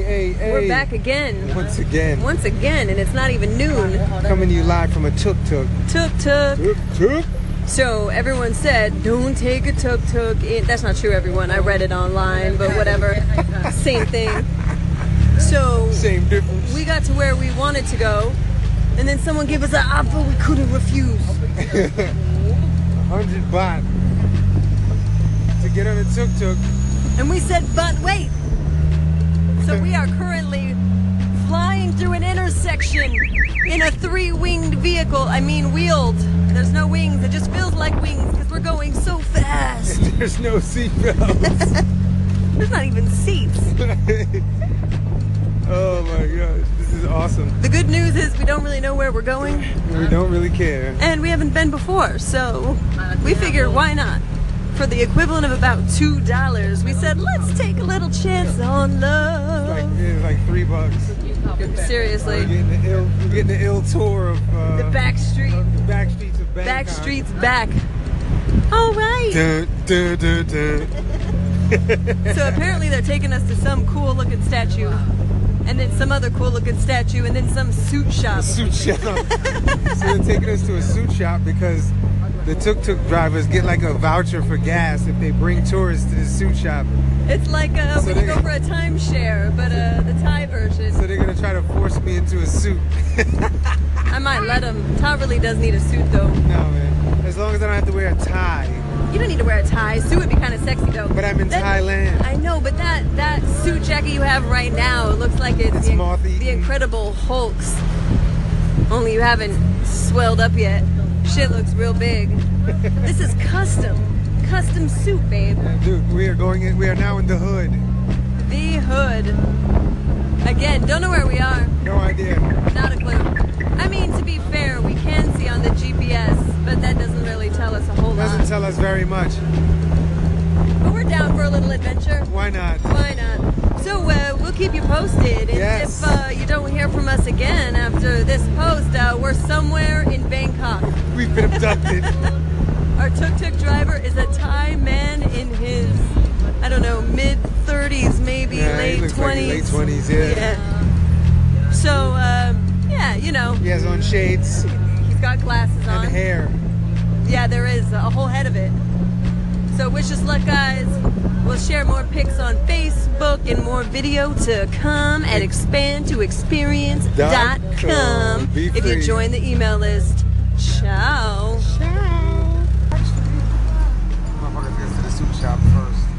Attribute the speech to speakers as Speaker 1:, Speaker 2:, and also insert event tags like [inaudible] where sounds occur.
Speaker 1: we're
Speaker 2: indeed.
Speaker 1: back again.
Speaker 2: Once again,
Speaker 1: Once again, and it's not even noon.
Speaker 2: coming to you live from a tuk tuk.
Speaker 1: Tuk tuk.
Speaker 2: Tuk tuk.
Speaker 1: So everyone said, don't take a tuk tuk. in That's not true, everyone. I read it online, but whatever. [laughs] Same thing. So
Speaker 2: Same difference.
Speaker 1: we got to where we wanted to go, and then someone gave us an offer we couldn't refuse.
Speaker 2: Hundred baht to get on a tuk tuk. [laughs]
Speaker 1: And we said, but wait. So we are currently flying through an intersection in a three winged vehicle. I mean, wheeled. There's no wings. It just feels like wings because we're going so fast.
Speaker 2: There's no seatbelt. [laughs]
Speaker 1: There's not even seats.
Speaker 2: oh my gosh, this is awesome.
Speaker 1: The good news is we don't really know where we're going,
Speaker 2: We don't really care.
Speaker 1: and we haven't been before. So we figured, why not? For the equivalent of about $2, we said, let's take a little chance
Speaker 2: Like
Speaker 1: on love.
Speaker 2: it's like three bucks. We're
Speaker 1: Seriously.
Speaker 2: getting the ill, we're getting the ill tour of uh,
Speaker 1: The back street.
Speaker 2: of the back streets of Bangkok.
Speaker 1: Back streets back. All right.
Speaker 2: Dun, dun, dun, dun.
Speaker 1: So apparently they're taking us to some cool looking statue, and then some other cool looking statue, and then some suit shop.
Speaker 2: suit shop. so they're taking us to a suit shop because the tuk tuk drivers get like a voucher for gas if they bring tourists to the suit shop.
Speaker 1: It's like uh,
Speaker 2: So
Speaker 1: when you
Speaker 2: they-
Speaker 1: go for a timeshare, but uh, the Thai version.
Speaker 2: So they're gonna try to force me into a suit.
Speaker 1: I might let him. Todd really does need a suit though.
Speaker 2: no man, as long as I don't have to wear a tie.
Speaker 1: You don't need to wear a tie. Suit would be kind of sexy though.
Speaker 2: But I'm in Thailand.
Speaker 1: I know, but that that suit jacket you have right now it looks like it's,
Speaker 2: It's
Speaker 1: the,
Speaker 2: moth-eaten.
Speaker 1: the Incredible Hulk's. Only you haven't swelled up yet. Shit looks real big. this is custom, custom suit, babe.
Speaker 2: Yeah, Dude, we are going in. We are now in the hood.
Speaker 1: The hood. Again, don't know where we are.
Speaker 2: No idea.
Speaker 1: Not a clue. I mean, to be fair, we can see on the GPS, but that doesn't really tell us a whole
Speaker 2: Doesn't
Speaker 1: lot.
Speaker 2: tell us very much.
Speaker 1: But we're down for a little adventure.
Speaker 2: Why not?
Speaker 1: Why not? So uh, we'll keep you posted. And
Speaker 2: Yes.
Speaker 1: if uh, you don't hear from us again after this post, uh, we're somewhere in Bangkok.
Speaker 2: We've been abducted.
Speaker 1: Our tuk tuk driver is a Thai man in his, I don't know, mid 30s, maybe
Speaker 2: Yeah, he
Speaker 1: late
Speaker 2: looks
Speaker 1: 20s.
Speaker 2: like he's late 20s, yeah.
Speaker 1: Yeah. So, um, yeah, you know,
Speaker 2: he has on shades
Speaker 1: he's got glasses on.
Speaker 2: and hair.
Speaker 1: Yeah, there is a whole head of it. So wish us luck, guys. We'll share more pics on Facebook and more video to come at expandtoexperience.com
Speaker 2: Be
Speaker 1: if you
Speaker 2: free.
Speaker 1: join the email list. Ciao.
Speaker 2: Ciao.